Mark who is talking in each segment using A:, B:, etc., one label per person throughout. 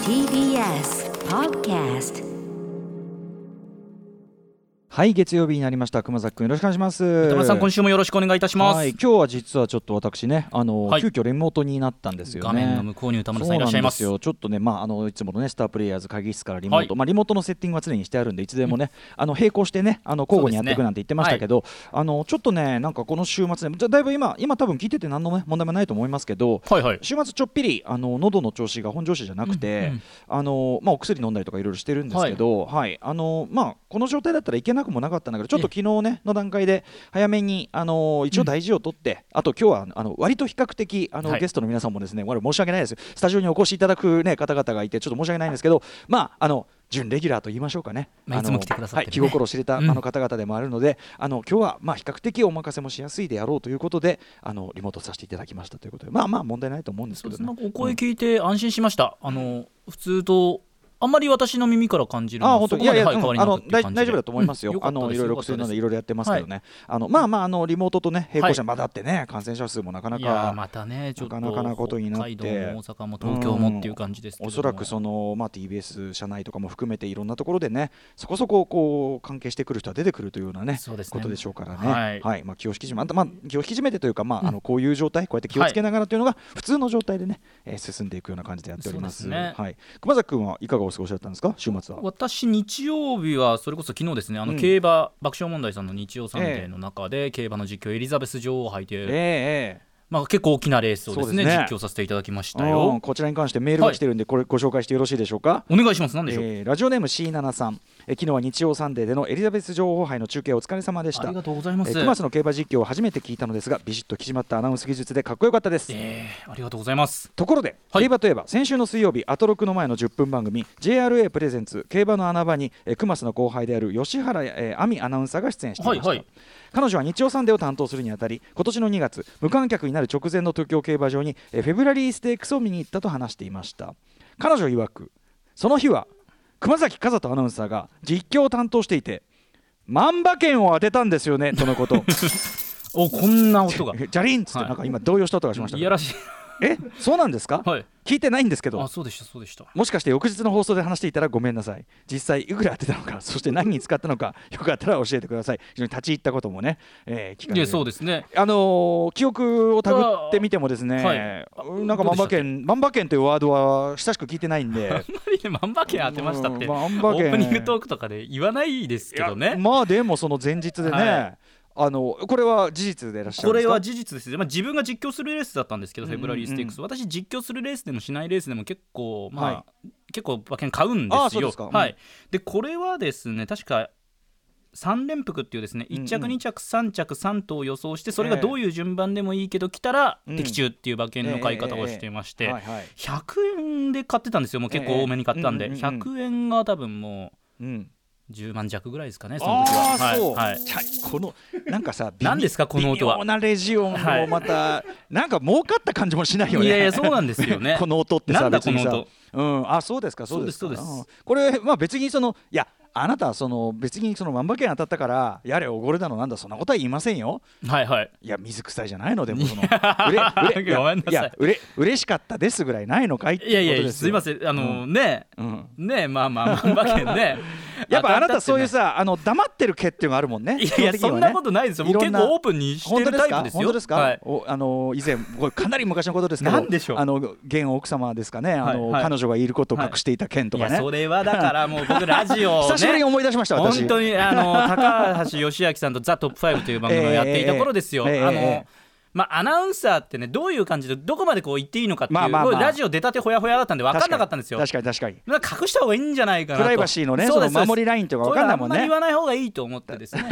A: TBS Podcast
B: はい月曜日になりました熊崎くんよろしくお願いします
C: 田村さん今
B: 週
C: 週もよろしくお願いいたします、
B: はい今日は実はちょっと私ねあの、
C: はい
B: 急遽レモートになったんですよね
C: 画面の向こうに歌丸さんいらっしゃいます
B: そうなんですよちょっとね、まあ、あのいつものねスタープレイヤーズ会議室からリモート、
C: はい
B: まあ、リモートのセッティングは常にしてあるんでいつでもね、あの並行してねあの交互にやっていくなんて言ってましたけど、あのちょっとねなんかこの週末ねじゃだいぶ今今多分聞いてて何の、ね、問題もないと思いますけど
C: はいはい
B: 週末ちょっぴりあの喉の調子が本調子じゃなくて、
C: うんうん
B: あのまあ、お薬飲んだりとかいろいろしてるんですけど、はいあのまあ、この状態だったらいけなくもなかったんだけどちょっと昨日、ね、の段階で早めにあの一応大事を取って、あと今日はあの割と比較的あの、
C: はい
B: ゲストの皆さんもですね我々申し訳ないですスタジオにお越しいただく、ね、方々がいてちょっと申し訳ないんですけど、まあ、あの準レギュラーと言いましょうかね。
C: まあいつも来てくださってるね
B: はい、気心知れたあ
C: うん
B: の方々でもあるので、あの今日はまあ比較的お任せもしやすいであろうということで、あのリモートさせていただきましたということで、まあまあ問題ないと思うんです
C: そ
B: け
C: うで
B: ど
C: す
B: ね
C: ね。お声聞いて安心しました、あの普通とあんまり私の耳から感じるのは
B: あ本当
C: そ
B: い
C: こま
B: やいや、
C: ではい
B: うん
C: 変わり
B: あ
C: なく
B: の
C: っていう
B: 大
C: 感じ
B: 大丈夫だと思いますよ、
C: うんよか
B: あ
C: った
B: の
C: で
B: い
C: す
B: ろいろ
C: よかった
B: 薬
C: で
B: な
C: す
B: んでいろいろやってますけどね、あのまあまああのリモートとね並行者、まだってね感染者数もなかない
C: やー
B: か、
C: またねちょっと
B: なかなかなことになって
C: 北海道も大阪も東京もっていう感じですけども
B: おそらくその、まあ、TBS 社内とかも含めていろんなところでねそこそここう関係してくる人は出てくるというようなね
C: そうですね
B: ことでしょうからね、
C: はい
B: まあ、気を引き締めあんた、まあ、気を引き締めてというか、まああのこういう状態こうやって気をつけながらというのが普通の状態でね、えー進んでいくような感じでやっております
C: そうですね
B: はい、熊崎君はいかがお過ごしだったんですか週末は。
C: 私、日曜日はそれこそ昨日ですね、あの
B: うん
C: 競馬、爆笑問題さんの日曜サンデーの中で、競馬の実況、エリザベス女王杯とい
B: え
C: う、
B: えええ
C: まあ、結構大きなレースをです
B: そ
C: ね
B: うですね
C: 実況させていただきました
B: う
C: よ
B: ん。こちらに関してメールが来てるんで、これご紹介してよろしいでしょうか。
C: お願いします、なんでしょう、
B: えーラジオネーム C7 さん、えー昨日は日曜サンデーでのエリザベス女王杯の中継お疲れ様でし
C: あ
B: た
C: り。がとうございま
B: え
C: す。
B: ー、クマスの競馬実況を初めて聞いたのですがビシッとき締まったアナウンス技術でかっこよかったです、
C: えーありがとうございます。
B: ところで、
C: はい
B: 競馬といえば先週の水曜日アトロクの前の10分番組 JRA プレゼンツ競馬の穴場に、えー、クマスの後輩である吉原、えー、亜美アナウンサーが出演していました、
C: はいはい
B: 彼女は日曜サンデーを担当するにあたり今年の2月無観客になる直前の東京競馬場に、えーフェブラリーステークスを見に行ったと話していました彼女曰くその日は熊崎風人アナウンサーが実況を担当していて万馬券を当てたんですよねとの こと。
C: おこんな音が
B: ジャリンっつって
C: はい
B: なんか今動揺した音がしました
C: い
B: け
C: や
B: ど、
C: らしい。
B: えそうなんですか、
C: はい。
B: 聞いてないんですけど
C: あそうでしたそうでした。
B: もしかして翌日の放送で話していたらごめんなさい実際いくら当てたのか そして何に使ったのかよかったら教えてください非常に立ち入ったこともね、えー聞か
C: い
B: れ
C: や
B: て
C: そうですね。
B: あのー記憶をたぐってみてもですね、
C: あはい
B: なんか万馬券万馬券というワードは親しく聞いてないんで
C: あんまりね万馬券 当てましたって、
B: うん万馬
C: オ
B: 券
C: ープニングトークとかで言わないですけど
B: いや
C: ね。
B: まあでもその前日でね、
C: はい
B: あのこれは事実でいらっしゃるん
C: こ
B: で
C: れ
B: すか
C: は事実ですね、まあ、自分が実況するレースだったんですけど、
B: うんうんうん
C: フェブラリーステークス、私、実況するレースでもしないレースでも結構、まあ
B: は
C: 結構馬券買うんで
B: ああ
C: す
B: そう
C: よ。
B: ですかうん
C: はい、でこれはですね、確か3連複っていうですね、1
B: うん
C: 着、
B: うん
C: 2着、3着、3頭予想して、それがどういう順番でもいいけど、来たら
B: うん
C: 的中っていう馬券の買い方をしていまして、
B: はいはい
C: 100円で買ってたんですよ、もう結構多めに買ったん
B: え
C: で、
B: えうんうんうん
C: 100円が多分も
B: うん
C: う10万弱ぐらいですかね、その時は。
B: ああーそう、
C: はいはい
B: ちゃいこのなんかさ
C: 何ですかこの音は
B: 微妙なレジ音
C: は
B: も
C: い
B: また、なんか儲かった感じもしないよね
C: いやいやそうなんですよね
B: この音ってさ
C: なんだ
B: 別にさ
C: この音
B: うんあそうですかそうですか
C: そうですそうです
B: んこれまあ別にそのいやあなたはその別にその万馬券当たったからやれおごるだのなんだそんなことは言いませんよ
C: はいはい
B: いや水臭いじゃないのでも その
C: や
B: うれうれ
C: ごめんなさい
B: やうれ嬉しかったですぐらいないのかいって
C: いやい
B: いうこと
C: や、
B: です
C: すい
B: よ
C: ません、あのね、
B: うん
C: ね、まあまあ、万馬券ね。
B: やっぱあなたそういう
C: さ、
B: さあの黙ってる毛っていうのがあるもんね
C: い
B: 基本
C: やいや、
B: 的に
C: そ
B: は
C: ん
B: ね
C: なことないですよ。僕
B: いろん
C: 結
B: な
C: 構オープンにして
B: 本当
C: る
B: です
C: タイ
B: か
C: プですよ。
B: 本当ですか、
C: はい
B: おあの以前これかなり昔のことですけど
C: なんでしょう
B: あの現奥様ですかねあの、
C: はいはい
B: 彼女がいることを隠していた件と
C: い
B: か
C: や、
B: ね、
C: それはだからもう僕ラジオを
B: 久
C: ね。
B: しぶりに思い出しました私
C: 本当にあの 高橋義明さんと「ザ・トップ5という番組をやっていた頃ですよ。
B: ええええ
C: あ
B: ええ
C: のまあ、アナウンサーってねどういう感じでどこまでこう言っていいのかっていう、
B: まあまあまあ
C: こうラジオ出たてほやほやだったんで分かんなかったんですよ。
B: 確かに確かに確か
C: なんか隠した方がいいんじゃないかなと。
B: プライバシーのね
C: そうです
B: その守りラインとか分かんないもんね
C: こううのあんまり言わない方がいいと思ってですね。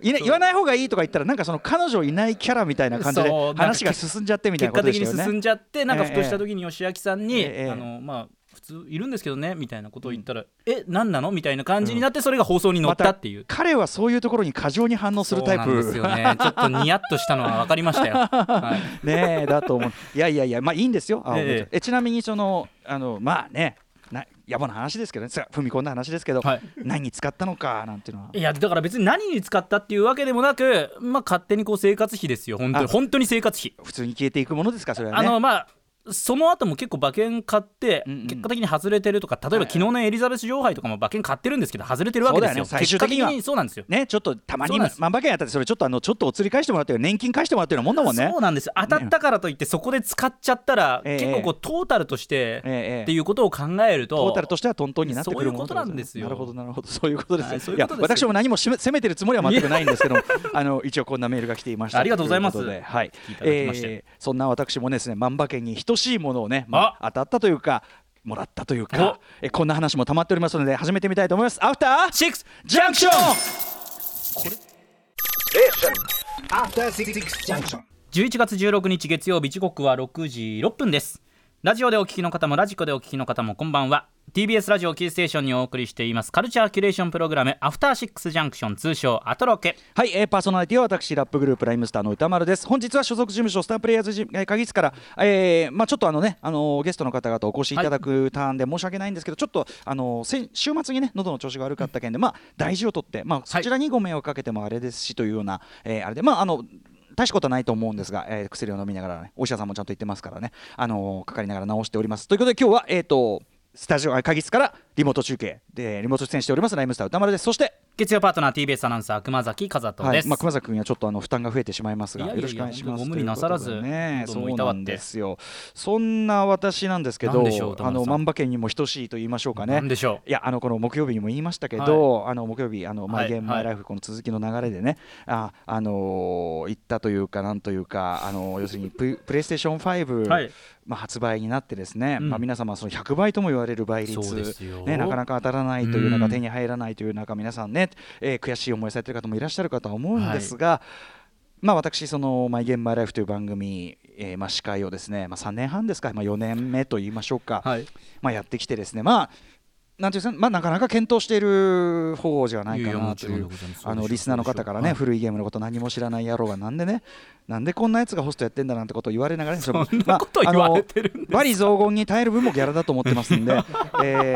B: にいな言わない方がいいとか言ったらなんかその彼女いないキャラみたいな感じで
C: そうなんか
B: 話が進んじゃってみたい
C: 結
B: なこ
C: 果
B: とで
C: 的
B: し
C: に
B: たよね
C: 進んじゃってなんか
B: ええ
C: ふとした時に吉明さんに、
B: ええ
C: あのまあ普通いるんですけどねみたいなことを言ったら、え何なのみたいな感じになってそれが放送に乗ったっていう、
B: 彼はそういうところに過剰に反応するタイ
C: そうなん
B: プ
C: ですよね ちょっとニヤッとしたのは分かりま したよ、はい
B: ね えだと思ういやいやいやまあいいんですよあ、
C: ええ
B: えちなみにそのあのまあねな野暮な話ですけどねさ踏み込んだ話ですけど、
C: はい
B: 何に使ったのかなんていうのはい
C: やだから別に何に使ったっていうわけでもなくまあ勝手にこう生活費ですよ本当
B: あ
C: に本当に生活費、
B: 普通に消えていくものですかそれは
C: あ
B: ね
C: のまあその後も結構馬券買って、
B: うんうん
C: 結果的に外れてるとか例えば昨日のエリザベス女王杯とかも馬券買ってるんですけど外れてるわけですよ
B: そうだよね最終的には
C: 結果そうなんですよ
B: ね、ちょっとたま
C: そ
B: に
C: うなんです
B: 万馬券やったってそれちょっとあのちょっとお釣り返してもらって年金返してもらってるようなもんだもんね
C: そうなんですよ当たったからといってそこで使っちゃったら、
B: ええ
C: 結構こうトータルとして、
B: ええええ
C: っていうことを考えると
B: トータルとしてはトントンになってくるもの
C: そういうことなんですよ
B: なるほどなるほどそういうことです,、
C: はいそう
B: い
C: いう
B: や
C: ことです
B: 私
C: よ
B: も何もしめ責めてるつもりは全くないんですけど あの一応こんなメールが来ていました
C: ありがとうございます
B: とうことではい
C: 聞いていただきまして
B: えーそんな私もですね万馬券に等しいものをね、まあ、当たったというかもらったというかえこんな話も溜まっておりますので始めてみたいと思いますアフター
C: シックス
B: ジャンクション
D: After Six Junction.
C: 11月16日月曜日時刻は6時6分ですラジオでお聞きの方もラジコでお聞きの方もこんばんは TBS ラジオキーステーションにお送りしていますカルチャーキュレーションプログラムアフターシックスジャンクション通称アトロケ
B: はい、えーパーソナリティは私ラップグループライムスターの歌丸です本日は所属事務所スタープレイヤーズジ、えー、会議室から、えーまあ、ちょっとあのね、あのーゲストの方々お越しいただくターンで申し訳ないんですけど、ちょっと、あのー先週末にね喉の調子が悪かった件で、まあ、大事を取って、まあ、そちらにご迷惑かけてもあれですしというような、えーあれでまああの大したことはないと思うんですが、えー薬を飲みながら、ね、お医者さんもちゃんと言ってますからね、あのーかかりながら治しておりますということで今日は、えー、とスタジオあ会議室からリモート中継でリモート出演しておりますライムスター歌丸ですそして
C: 月曜パートナー TBS アナウンサー熊崎和人
B: は
C: で
B: い
C: す、
B: まあ、熊崎君にはちょっとあの負担が増えてしまいますが、
C: いやいやいや
B: よろしくお願いします。
C: ご無理なさらず
B: ということでね、
C: どう
B: そ
C: も
B: う
C: いた
B: な
C: わって
B: んですよ。そんな私なんですけ
C: なん
B: ど
C: でしょう、田
B: あ
C: 村さん
B: の万馬券にも等しいと言いましょうかね。
C: なんでしょう
B: いやあのこの木曜日にも言いましたけど、あの木曜日あのマイゲーム
C: はい
B: マイライフこの続きの流れでね、ああのー行ったというかなんというかあのー要するにププレイステーション5、
C: はい
B: まあ発売になってですね、
C: うん
B: まあ皆様その100倍とも言われる倍率
C: そうですよ
B: ねなかなか当たらないという
C: う
B: 中
C: ん
B: 手に入らないという中皆さんね、えー悔しい思いされてる方もいらっしゃるかとは思うんですが。まあ、私、その「マイ・ゲーム・マイ・ライフ」という番組、えーまあ、司会をですね、まあ、3年半ですか、まあ、4年目と言いましょうか、
C: はい
B: まあ、やってきてですね、まあなんていうんですかまあ、なかなか検討している方じゃないか
C: いやいやも
B: な
C: ち
B: と
C: ろん
B: い
C: で
B: う
C: ございます
B: あのリスナーの方から
C: は
B: ね、
C: い
B: 古いゲームのこと何も知らない野郎がなんでねなんでこんなやつがホストやってんだなんてことを言われながらね、その
C: んなこと言われてるんです
B: まああのバリ雑言に耐える分もギャラだと思ってますんで、え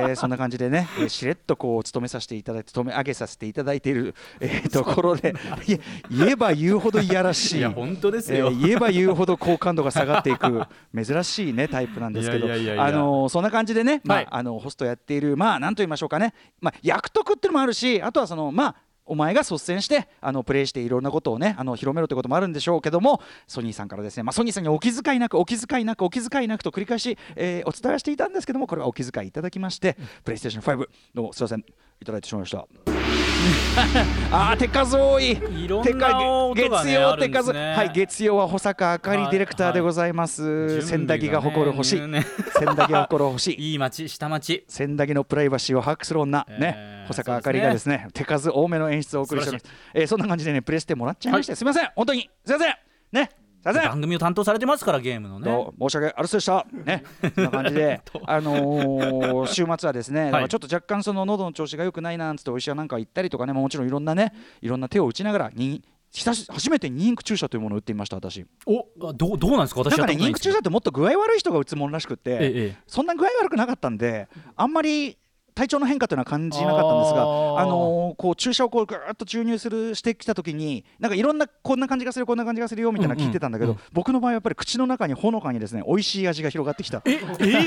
B: ーそんな感じでね、えーしれっとこう務めさせていただいて務め上げさせていただいている、えーところでいや言えば言うほどいやらしい
C: いや本当ですよ
B: えー言えば言うほど好感度が下がっていく珍しいねタイプなんですけど
C: いやいやいやいや
B: あのそんな感じでね、まあ
C: はい
B: あのホストやっているまあなんと言いましょうかね、まあ、役得っていうのもあるしあとはそのまあお前が率先してあのプレイしていろんなことをねあの広めろということもあるんでしょうけどもソニーさんからですね、まあ、ソニーさんにお気遣いなくお気遣いなくお気遣いなくと繰り返し、えーお伝えはしていたんですけどもこれはお気遣いいただきましてプレイステーション5のすいませんいただいてしまいました あー手数多い
C: いろんな音がね
B: 月曜
C: ある
B: 手
C: んです
B: 数、
C: ね
B: はい月曜は保坂あかりディレクターでございま
C: はいは
B: す
C: い
B: 千駄木が誇る 星
C: 準備がね
B: 千駄木が誇る星
C: いい街下町
B: 千駄木のプライバシーを把握する女
C: えー
B: ね保坂あかりがですね手数多めの演出をお送りしておりますえーそんな感じでねプレステもらっちゃいましてすみません本当にすみませんねすみません
C: 番組を担当されてますからゲームのね
B: どう申し訳ありませんでした。ね、そんな感じ で、あのー週末はですね、だからちょっと若干その喉の調子が良くないなんつってお医者なんか行ったりとかね、まあもちろんいろんなね、いろんな手を打ちながらに。久し初めて妊肉注射というものを打ってみました私
C: おあどうどうなんですか
B: なん
C: 私や
B: かね
C: ったことな
B: 妊
C: いんで
B: 肉
C: すけ
B: 注
C: ど
B: 射ってもっと具合悪い人が打つものらしくって、
C: ええええ
B: そんな具合悪くなかったんであんまり体調の変化というのは感じなかったんですが
C: あ
B: あ
C: ー
B: のーこう注射をこうぐーっと注入するしてきた時になんかいろんなこんな感じがするこんな感じがするよみたいなの聞いてたんだけど、僕の場合はやっぱり口の中にほのかにですね美味しい味が広がってきた
C: ええ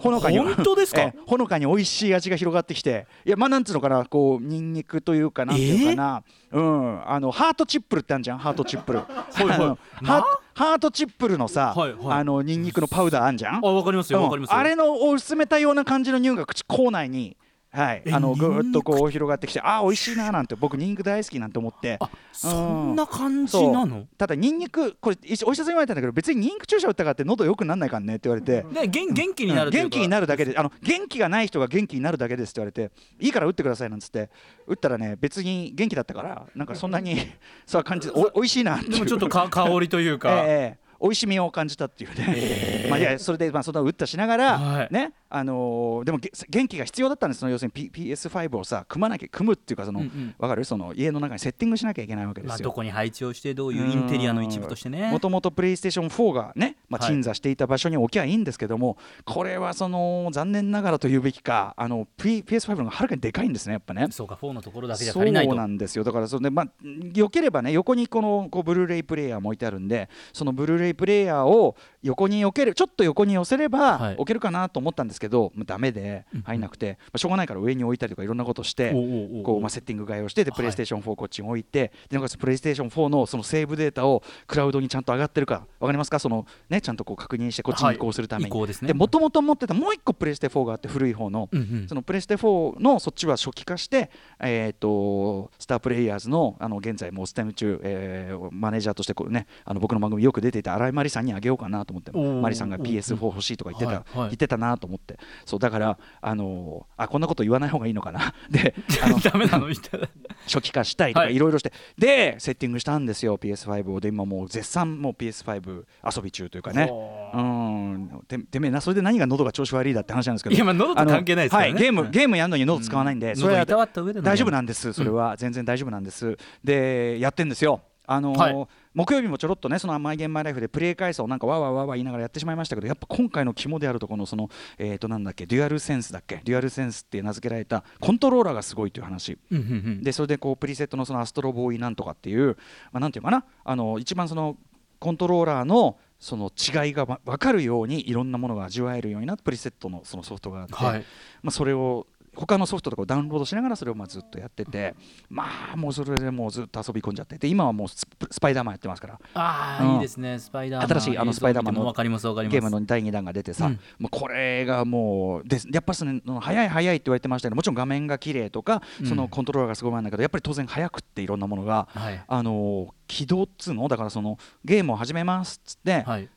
B: ほのかに
C: 本当ですか
B: ええほのかに美味しい味が広がってきていやまあなんつうのかなこうニンニクというかなんていうかな、うんあのハートチップルってあるじゃんハートチップル
C: い はい
B: あのハハートチップルのさ、
C: はいはい
B: あのニンニクのパウダーあんじゃん
C: あわかりますよ
B: うん
C: わかりますよ
B: あれのを薄めたような感じの匂いが口口内にはい
C: え
B: あの
C: ニン
B: ぐ
C: ニク
B: ーっとこう広がってきてあー美味しいなーなんて僕ニンニク大好きなんて思って
C: あそんな感じなの
B: ただニンニクこれ一お医者さんに言われたんだけど別にニンニク注射打ったからって喉良くなんないかんねって言われて
C: ね元元気になるというか
B: 元気になるだけであの元気がない人が元気になるだけですって言われていいから打ってくださいなんつって打ったらね別に元気だったからなんかそんなにそうは感じおおいしいなっていう
C: でもちょっと か香りという
B: え
C: か、
B: えええ美味しみを感じたっていうね、まあいやそれでまあそんな打ったしながら、
C: はい
B: ねあのーでもげ元気が必要だったんですその要するに、P、PS5 をさ組まなきゃ組むっていうかその、
C: う
B: わ
C: んうん
B: かるその家の中にセッティングしなきゃいけないわけで
C: まあ、
B: す
C: ど
B: よ。
C: こに配置をしてどういうインテリアの一部としてね
B: もともとプレイステーション4がね、まあ、
C: はい
B: 鎮座していた場所に置きゃいいんですけども、これはその残念ながらというべきかあの P- PS5 の方がはるかにでかいんですねやっぱね。
C: そうか4のところだけじゃ足りないと
B: そうなんですよだからそれで、まあ、よければね横にこのこうブルーレイプレイヤーも置いてあるんでそのブルーレイプレイヤーを横に避けるちょっと横に寄せれ
C: は
B: ば
C: い
B: 置けるかなと思ったんですけど、もうダメで入んなくて、まあ、しょうがないから上に置いたりとかいろんなことして
C: おうおうおうおう
B: こう、まあ、セッティング替えをしてで
C: はい
B: プレイステーション4こっちに置いてでなんかプレイステーション4のそのセーブデータをクラウドにちゃんと上がってるかわかりますかその、ね、ちゃんとこう確認してこっちに移行するため
C: はい
B: に
C: 移行ですね
B: もともと持ってたもう一個プレイステ4があって古い方の、
C: うんうん
B: そのプレステ4のそっちは初期化して、えー、とスタープレイヤーズのあの現在もうステム中、えーマネージャーとしてこう、ね、あの僕の番組よく出ていた新井真理さんにあげようかなと思って
C: おー
B: 真理さんが PS4 欲しいとか言ってた、
C: はいはい
B: 言ってたなと思ってそうだから、あのーあこんなこと言わない方がいいのかな であの
C: ダメなのみたいな
B: 初期化したいとか
C: はい
B: いろいろして、でセッティングしたんですよ PS5 をで今もう絶賛もう PS5 遊び中というかねうんててめえなそれで何が喉が調子悪いだって話なんですけど
C: いやまあ喉と
B: あの
C: 関係ないですからね
B: はい、ゲー
C: う
B: ム
C: ん
B: ゲームやるのに喉使わないんで、
C: うん
B: それは
C: 喉いたわった上でのゲーム
B: 大丈夫なんですそれは全然大丈夫なんです、でやってんですよあのー
C: はい
B: 木曜日もちょろっとね、そのマイゲームマイライフでプレイ回数をなんかわーわーわーわー言いながらやってしまいましたけど、やっぱ今回の肝であるとこのその、えっ、となんだっけ、デュアルセンスだっけ、デュアルセンスって名付けられたコントローラーがすごいと いう話、
C: うんうんうん
B: でそれでこうプリセットのそのアストロボーイなんとかっていう、まあ、なんていうのかなあの一番そのコントローラーのその違いがわ分かるようにいろんなものが味わえるようになったプリセットのそのソフトがあって、
C: はい
B: まあ、それを他のソフトとかをダウンロードしながらそれをまあずっとやっててまあもうそれでもうずっと遊び込んじゃってで今はもうススパイダーマンやってますから
C: あ
B: うん
C: あいいですねスパイダーマン
B: 新しいあのスパイダーマンの
C: わかりますわかります
B: ゲームの第2弾が出てさ、
C: うん
B: もうこれがもうですやっぱりその早い早いって言われてましたけどもちろん画面が綺麗とか
C: うん
B: そのコントローラーがすごい前なんだけどやっぱり当然早くっていろんなものが、
C: はい
B: あのー起動っつうのだからそのゲームを始めますっつって、
C: はい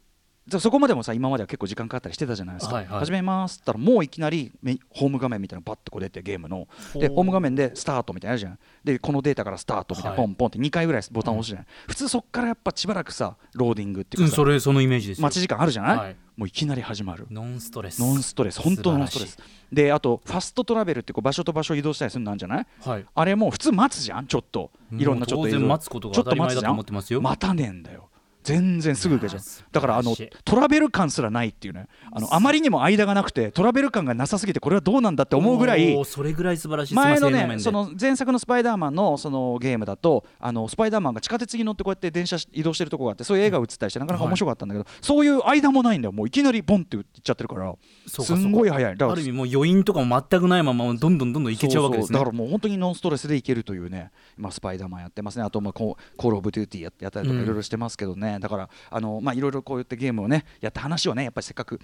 B: じゃあそこまでもさ今までは結構時間かかったりしてたじゃないですか、
C: はいはい
B: 始めますっつったらもういきなりメホーム画面みたいなのバッとこう出てゲームので
C: ほう
B: ホーム画面でスタートみたいなのあるじゃんでこのデータからスタートみたいな
C: はい
B: ポンポンって2回ぐらいボタン押すじゃない、普通そっからやっぱしばらくさローディングっていううんかさ、
C: それそのイメージですよ
B: 待ち時間あるじゃない、
C: はい
B: もういきなり始まる
C: ノンストレス
B: ノンストレス本当ノンストレス
C: 素
B: であとファストトラベルってこう場所と場所を移動したりするのあるんじゃない
C: 晴らしいはい
B: あれもう普通待つじゃんちょっといろんなちょっと
C: もう当然
B: 移動
C: 待つことが当たり前だと思ってますよ
B: ちょと待つじゃん待たねえんだよ全然すぐ行けちゃう
C: いやー素晴らしい
B: だからあのトラベル感すらないっていうねあのあまりにも間がなくてトラベル感がなさすぎてこれはどうなんだって思うぐらい
C: おーそれぐらい素晴らしいです
B: 前の
C: 性能面
B: ね
C: で
B: その前作のスパイダーマンのそのゲームだとあのスパイダーマンが地下鉄に乗ってこうやって電車し移動してるとこがあってそういう映画を映ったりしてなかなか面白かったんだけど、そういう間もないんだよもういきなりボンって行っちゃってるから
C: そう
B: す
C: かそうか
B: んごい早いだから
C: ある意味もう余韻とかも全くないままどんどんどんどんいけちゃうわけですね
B: そうそうだからもう本当にノンストレスでいけるというね、今スパイダーマンやってますね、あとまあこうコール・オブ・デューティーややったりと
C: う
B: か
C: ん
B: いろいろしてますけどね、だからあの、まあ、いろいろこうやってゲームをね、やった話をね、やっぱりせっかく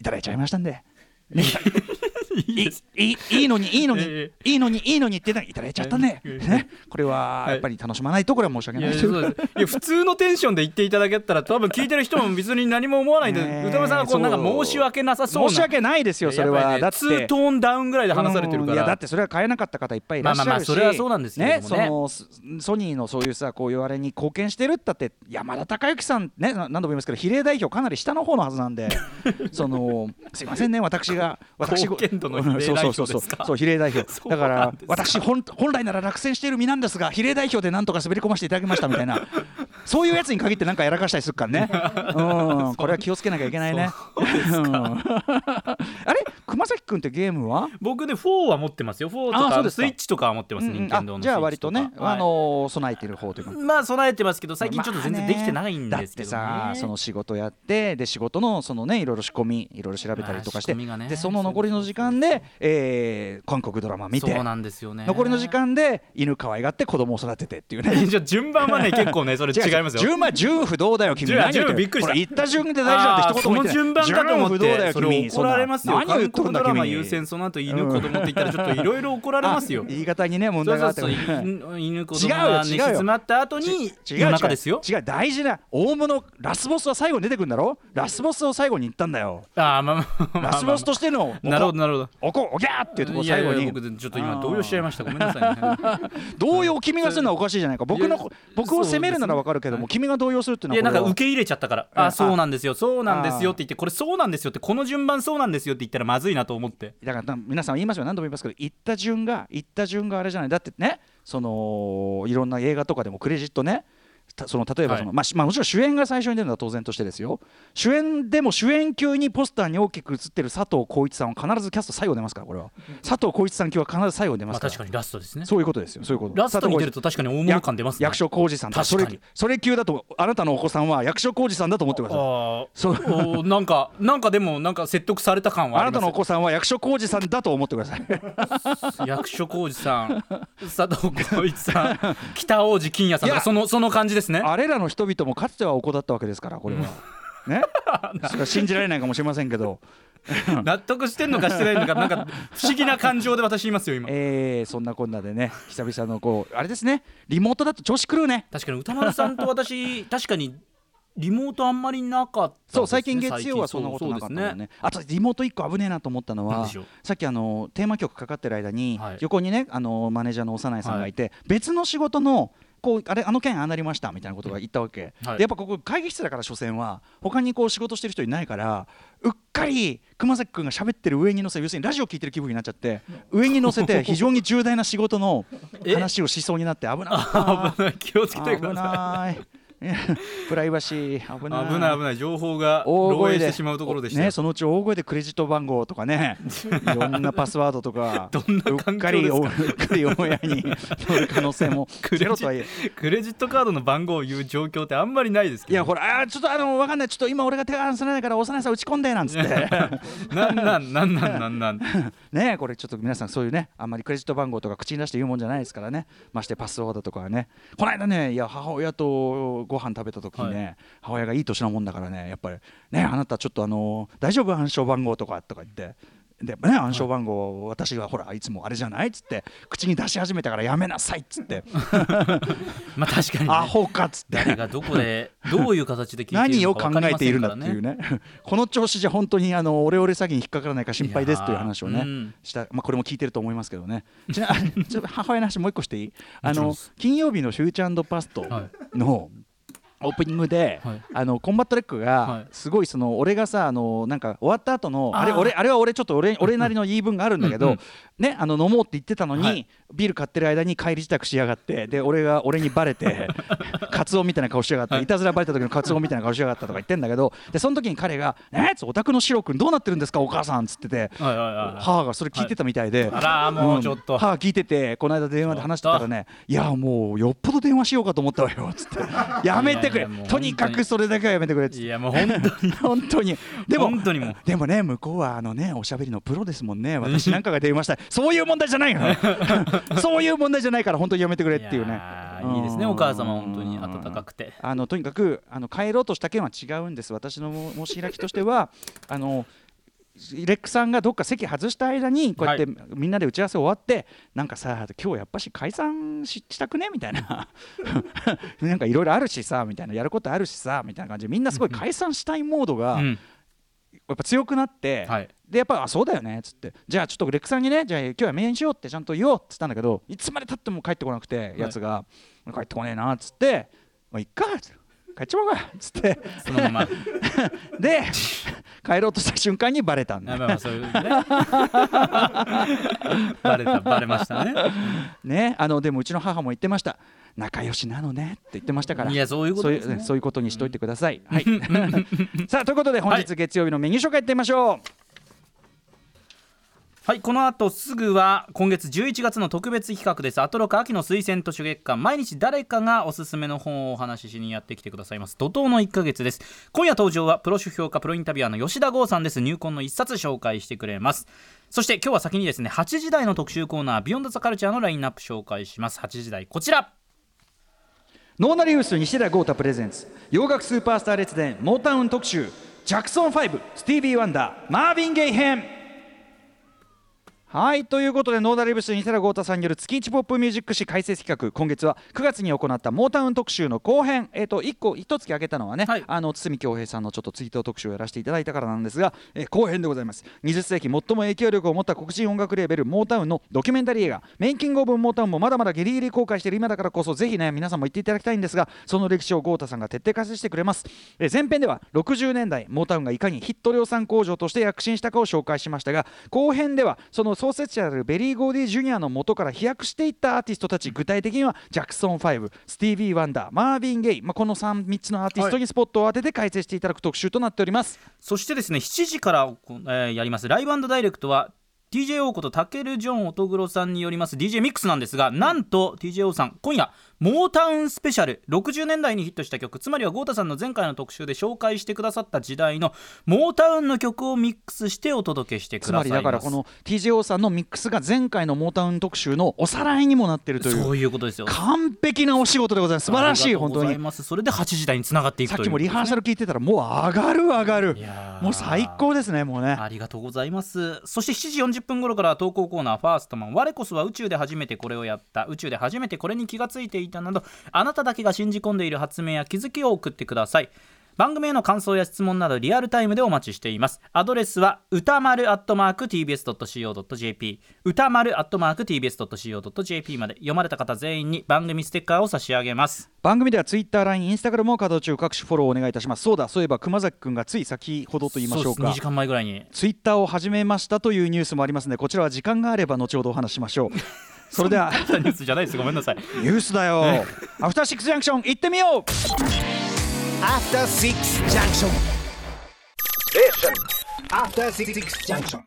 B: いただいちゃいましたん で。ね、いいいいいいのにいいのに、
C: え
B: いいのにいいのにっていただいちゃったね,、
C: ええ
B: ねこれはやっぱり楽しまないとこれは申し訳
C: い
B: ない
C: や
B: と
C: そう
B: いう
C: ですいや普通のテンションで言っていただけたら多分聞いてる人も別に何も思わないんで
B: ねえ
C: 歌丸さんがこうなんか申し訳なさそうな
B: 申し訳ないですよそれ
C: やっぱり
B: は、
C: ね
B: だって
C: ツートーンダウンぐらいで話されてるか
B: うんい
C: ら
B: やだってそれは買えなかった方いっぱいいらっしゃるし、
C: まあまあまあそれはそうなんですけれどもね
B: そのソソニーのそういうさこういうあれに貢献してるったって山田孝之さんねな何度も言いますけど比例代表かなり下の方のはずなん でそのすいませんね私が私ご
C: 貢献度の比例代
B: う
C: 表ですか
B: んそうそうそうそう比例代表
C: そう
B: だか
C: なん
B: ら
C: ですか
B: 私本本来なら落選している身なんですが比例代表でなんとか滑り込ませていただきましたみたい なそういうやつに限ってなんかやらかしたりするからねうんこれは気をつけなきゃいけないねうん あれ熊崎君ってゲームは
C: 僕ね4は持ってますよ4と
B: あそう
C: か
B: ですか
C: スイッチとかは持ってます、
B: うんうん
C: 任天堂の
B: あじゃあ割とね、
C: スイッチか
B: あのー備えてる方というか
C: はいまあ備えてますけど最近ちょっと全
B: ま
C: 然
B: あ
C: で
B: ね
C: きてないんですけど、ね
B: だってさその仕事やってで仕事のそのねいろいろ仕込みいろいろ調べたりとかして、
C: まあ仕込みがね
B: でその残りの時間で、えー韓国ドラマ見て
C: そうなんですよね
B: 残りの時間で犬可愛がって子供を育ててっていうね
C: じゃあ順番はね結構ねそれ違いますよ
B: 順番順不動だよ君
C: 順
B: 何言って
C: 順びっくりした
B: これ言った順で大事だって一言も言ってない
C: あーその順番だと思っ
B: 順不動だ
C: て
B: よ
C: それ
B: 君
C: 怒られますよ
B: そんな何言っとるんだ
C: 韓国ドラマ
B: 君
C: 優先その後犬子供って言ったらちょっといろいろ怒られますよ
B: あ言い方にね問
C: そ
B: 題
C: う
B: が
C: そ
B: あ
C: う
B: って
C: そう
B: もね
C: 犬犬子
B: 違
C: 供
B: うよ
C: が寝
B: 違う
C: 静
B: よ
C: まった後に
B: ち違う
C: 夜中ですよ
B: 違う違う大事な大物ラスボスは最後に出てくるんだろラスボスを最後に言ったんだよ
C: あーまあまあまあま
B: ラ
C: あ
B: スボスとしての
C: なるほどなるほど
B: おこおぎゃーっていうところ
C: いや
B: 最
C: いや
B: 後に
C: 僕ちょっと今動揺しちゃいましたごめんなさいね
B: 動揺を君がするのはおかしいじゃないか僕
C: いや
B: の僕を責めるならわかるけど
C: そ
B: も
C: う
B: 君が動揺するっていうの
C: いや
B: は
C: なんか
B: これは
C: 受け入れちゃったから
B: うん
C: あ
B: あ
C: そうなんですよそうなんですよって言ってこれそうなんですよってこの順番そうなんですよって言ったらまずいなと思って
B: だからな皆さん言いますよ何度も言いますけど言った順が言った順があれじゃないだってねそのいろんな映画とかでもクレジットねたその例えば
C: はい
B: その、まあしまあ、もちろん主演が最初に出るのは当然としてですよ主演でも主演級にポスターに大きく写ってる佐藤浩市さんは必ずキャスト最後出ますからこれは佐藤浩市さん級は必ず最後出ま
C: ますあ
B: から、
C: 確かにラストですね
B: そういうことですよそういうこと
C: ラストに出ると
B: 佐藤浩市
C: 確かに大物感出ますね
B: 役所広司さんと
C: 確
B: そ
C: かに
B: れそれ級だとあなたのお子さんは役所広司さんだと思ってください
C: あ
B: そう
C: あなんかなんかでもなんか説得された感は
B: あ
C: あり
B: なた
C: ま
B: の
C: す
B: お子さんは役所広司さんだと思ってください
C: 役所広司さん 佐藤浩市さん北大路欣也さん
B: いや
C: とかそのその感じですね
B: あれらの人々もかつてはお子だったわけですからこれはねしか信じられないかもしれませんけど
C: 納得してんのかしてないのかなんか不思議な感情で私いますよ今
B: えー、そんなこんなでね久々のこうあれですねリモートだと調子狂うね
C: 確かに歌丸さんと私確かにリモートあんまりなかったですね
B: そう最近月曜はそんなことなかったもんね
C: そうそうです
B: あとリモート一個危ねえなと思ったの
C: なん
B: は
C: でしょう
B: さっきあのテーマ曲かかってる間に、
C: はい
B: 横にねあのマネージャーの幼いさんがいて、別の仕事のこうあれあの件ああなりましたみたいなことが言ったわけ、
C: はい
B: でやっぱここ会議室だから所詮は他にこう仕事してる人いないからうっかり熊崎君が喋ってる上に乗せ要するにラジオ聞いてる気分になっちゃって上に乗せて非常に重大な仕事の
C: え
B: 話をしそうになって危なか った
C: あ危ない気をつけてくださ
B: 危ない プライバシー危
C: い
B: ない
C: 危ない危ない情報が
B: 大
C: 漏
B: 声
C: 洩し
B: で
C: てしまうところでしたよ
B: ね、そのうち大声でクレジット番号とか ねいろんなパスワードとか
C: どんな環境ですか
B: うっかりおうっかり親に 乗る可能性も
C: クレジ
B: ゼロとはいえ
C: クレジットカードの番号を言う状況ってあんまりないですけ
B: い
C: ど
B: やほらあーちょっとあのわかんないちょっと今俺が手が離せないから幼いさん打ち込んでなんつって
C: なんなんなんなんなん なん
B: ねえこれちょっと皆さんそういうねあんまりクレジット番号とか口に出して言うもんじゃないですからねましてパスワードとかはねこの間ねいや母親とご飯食べた時にね、母親がいい年のもんだからねやっぱりねあなたちょっとあの大丈夫暗証番号とかとか言って。でね、暗証番号を私がほらいつもあれじゃないっつって口に出し始めたからやめなさいっつって
C: まあ確かにね、
B: アホかっつって
C: 誰がどこ でどういう形で聞いている
B: 何
C: の
B: を
C: か
B: 考
C: 分かり
B: え
C: ま
B: て
C: せ
B: いる
C: ん
B: ん
C: か
B: だっ
C: ら
B: ていう
C: ね。
B: ね この調子じゃ本当にあのオレオレ詐欺に引っかからないか心配ですとい
C: いうやー
B: 話をね
C: うん
B: した、まあ、これも聞いてると思いますけど ねちなちょっと母親の話もう一個していいあ
C: もちろん
B: の
C: です
B: 金曜日の「フューチャーパスト」のオープニングで、
C: はい
B: あのコンバットレック
C: は
B: が
C: い
B: すごいその俺がさあのなんか終わった後のあれ
C: あー
B: 俺あれは俺ちょっと俺俺なりの言い分があるんだけ
C: うん
B: ど、
C: うん
B: ねあの飲もうって言ってたのに、
C: はい
B: ビール買ってる間に帰り支度しやがってで俺が俺にバレて カツオみたいな顔しやがって、い、たずらバレた時のカツオみたいな顔しやがったとか言ってんだけどでその時に彼が「えっ?」お宅のシロ君どうなってるんですかお母さん」っつってて。
C: はいはいはいはい
B: 母がそれ聞いてたみたいで、
C: はいあらーもうちょっと
B: ん母聞いててこの間電話で話してたらねいやもうよっぽど電話しようかと思ったわよつってやめてく
C: い
B: れ
C: やいやもう本当に
B: とにかくそれだけはやめてくれっつって
C: いやもう本当に
B: 本当にでも
C: 本当にもう
B: でもね向こうはあのねおしゃべりのプロですもんね私なんかが電話した らそういう問題じゃないのそういう問題じゃないから本当にやめてくれっていう
C: い
B: ね
C: やーいいですねお母様本当に温かくて
B: あのとにかくあの帰ろうとした件は違うんです私のも申し開きとしては あのレックさんがどっか席外した間にこうやってみんなで打ち合わせ終わって、なんかさ今日やっぱし解散ししたくねみたいな なんかいろいろあるしさみたいなやることあるしさみたいな感じでみんなすごい解散したいモードが、
C: うん
B: やっぱ強くなって、
C: はい
B: でやっぱあそうだよねっつってじゃあちょっとレックさんにねじゃあ今日はメールしようってちゃんと言おうっつったんだけどいつまでたっても帰ってこなくて、やつが帰ってこねえなっつって「まあ、いっか」っつって帰っちまおうかっつって
C: そのまま
B: で帰ろうとした瞬間にバレたん
C: まあ
B: だ
C: まあそういうねバレたバレましたね
B: ねあのでもうちの母も言ってました仲良しなのねって言ってましたから
C: いやそういうことです
B: そうい
C: ね
B: うそういうことにしといてください、はい さあということで本日月曜日のメニュー紹介いってみましょう、
C: はいこの後すぐは今月11月の特別企画ですアトロク秋の推薦図書月間毎日誰かがおすすめの本をお話ししにやってきてくださいます怒涛の1ヶ月です今夜登場はプロ書評家プロインタビュアーの吉田剛さんです入婚の一冊紹介してくれますそして今日は先にですね8時台の特集コーナービヨンドザカルチャーのラインナップ紹介します8時台こちら
B: ノーナリウス西田豪太プレゼンツ洋楽スーパースター列伝モータウン特集ジャクソン5スティービー・ワンダーマーヴィン・ゲイ編はいということでノーナリウス西田豪太さんによる月一ポップミュージック誌解説企画今月は9月に行ったモータウン特集の後編えっ、と1個1月あげたのはね、
C: はい
B: あの堤恭平さんのちょっとツイート特集をやらせていただいたからなんですが、えー後編でございます20世紀最も影響力を持った黒人音楽レーベルモータウンのドキュメンタリー映画「メイキング・オブ・モータウン」もまだまだギリギリ公開している今だからこそぜひね皆さんも言っていただきたいんですがその歴史を豪太さんが徹底解説してくれます、えー前編では60年代モータウンがいかにヒット量産工場として躍進したかを紹介しましたが後編ではその創設者であるベリー・ゴーディ・ジュニアの元から飛躍していったアーティストたち具体的にはジャクソン5スティービー・ワンダーマービン・ゲイ、まあ、この 3, 3つのアーティストにスポットを当てて解説していただく特集となっております。
C: そしてですね7時から、こえーやりますライブダイレクトは TJ 王ことたけるジョン乙黒さんによります DJ ミックスなんですがなんと TJ 王さん今夜モータウンスペシャル60年代にヒットした曲つまりは豪太さんの前回の特集で紹介してくださった時代のモータウンの曲をミックスしてお届けしてく
B: つ
C: だ
B: ま
C: さい
B: り
C: ます
B: だからこの TJO さんのミックスが前回のモータウン特集のおさらいにもなってるという
C: そういうことですよ
B: 完璧なお仕事でございます素晴らしい本当
C: ありがとうござい
B: に
C: ますそれで8時台につながっていく
B: さっ
C: という
B: きもリハーサル聞いてたらもう上がる上がる
C: いやー
B: もう最高ですねもう ね
C: ありがとうございますそして7時40分頃からは投稿コーナー「ファーストマン」「我こそは宇宙で初めてこれをやった」「宇宙で初めてこれに気がついていた」などあなただけが信じ込んでいる発明や気づきを送ってください番組への感想や質問などリアルタイムでお待ちしていますアドレスは歌丸 @tbs.co.jp 歌丸 @tbs.co.jp まで読まれた方全員に番組ステッカーを差し上げます
B: 番組では TwitterLINE インスタグラムも稼働中各種フォローお願いいたしますそうだそういえば熊崎くんがつい先ほどと言いましょう
C: そうです2
B: か
C: 時間前ぐらいに
B: ツイッターを始めましたというニュースもありますのでこちらは時間があれば後ほどお話ししましょうそれで は
C: ニュースじゃないですごめんなさい
B: ニュースだよアフターシックスジャンクション行ってみよう
D: After Six Junction. Listen. After Six Junction.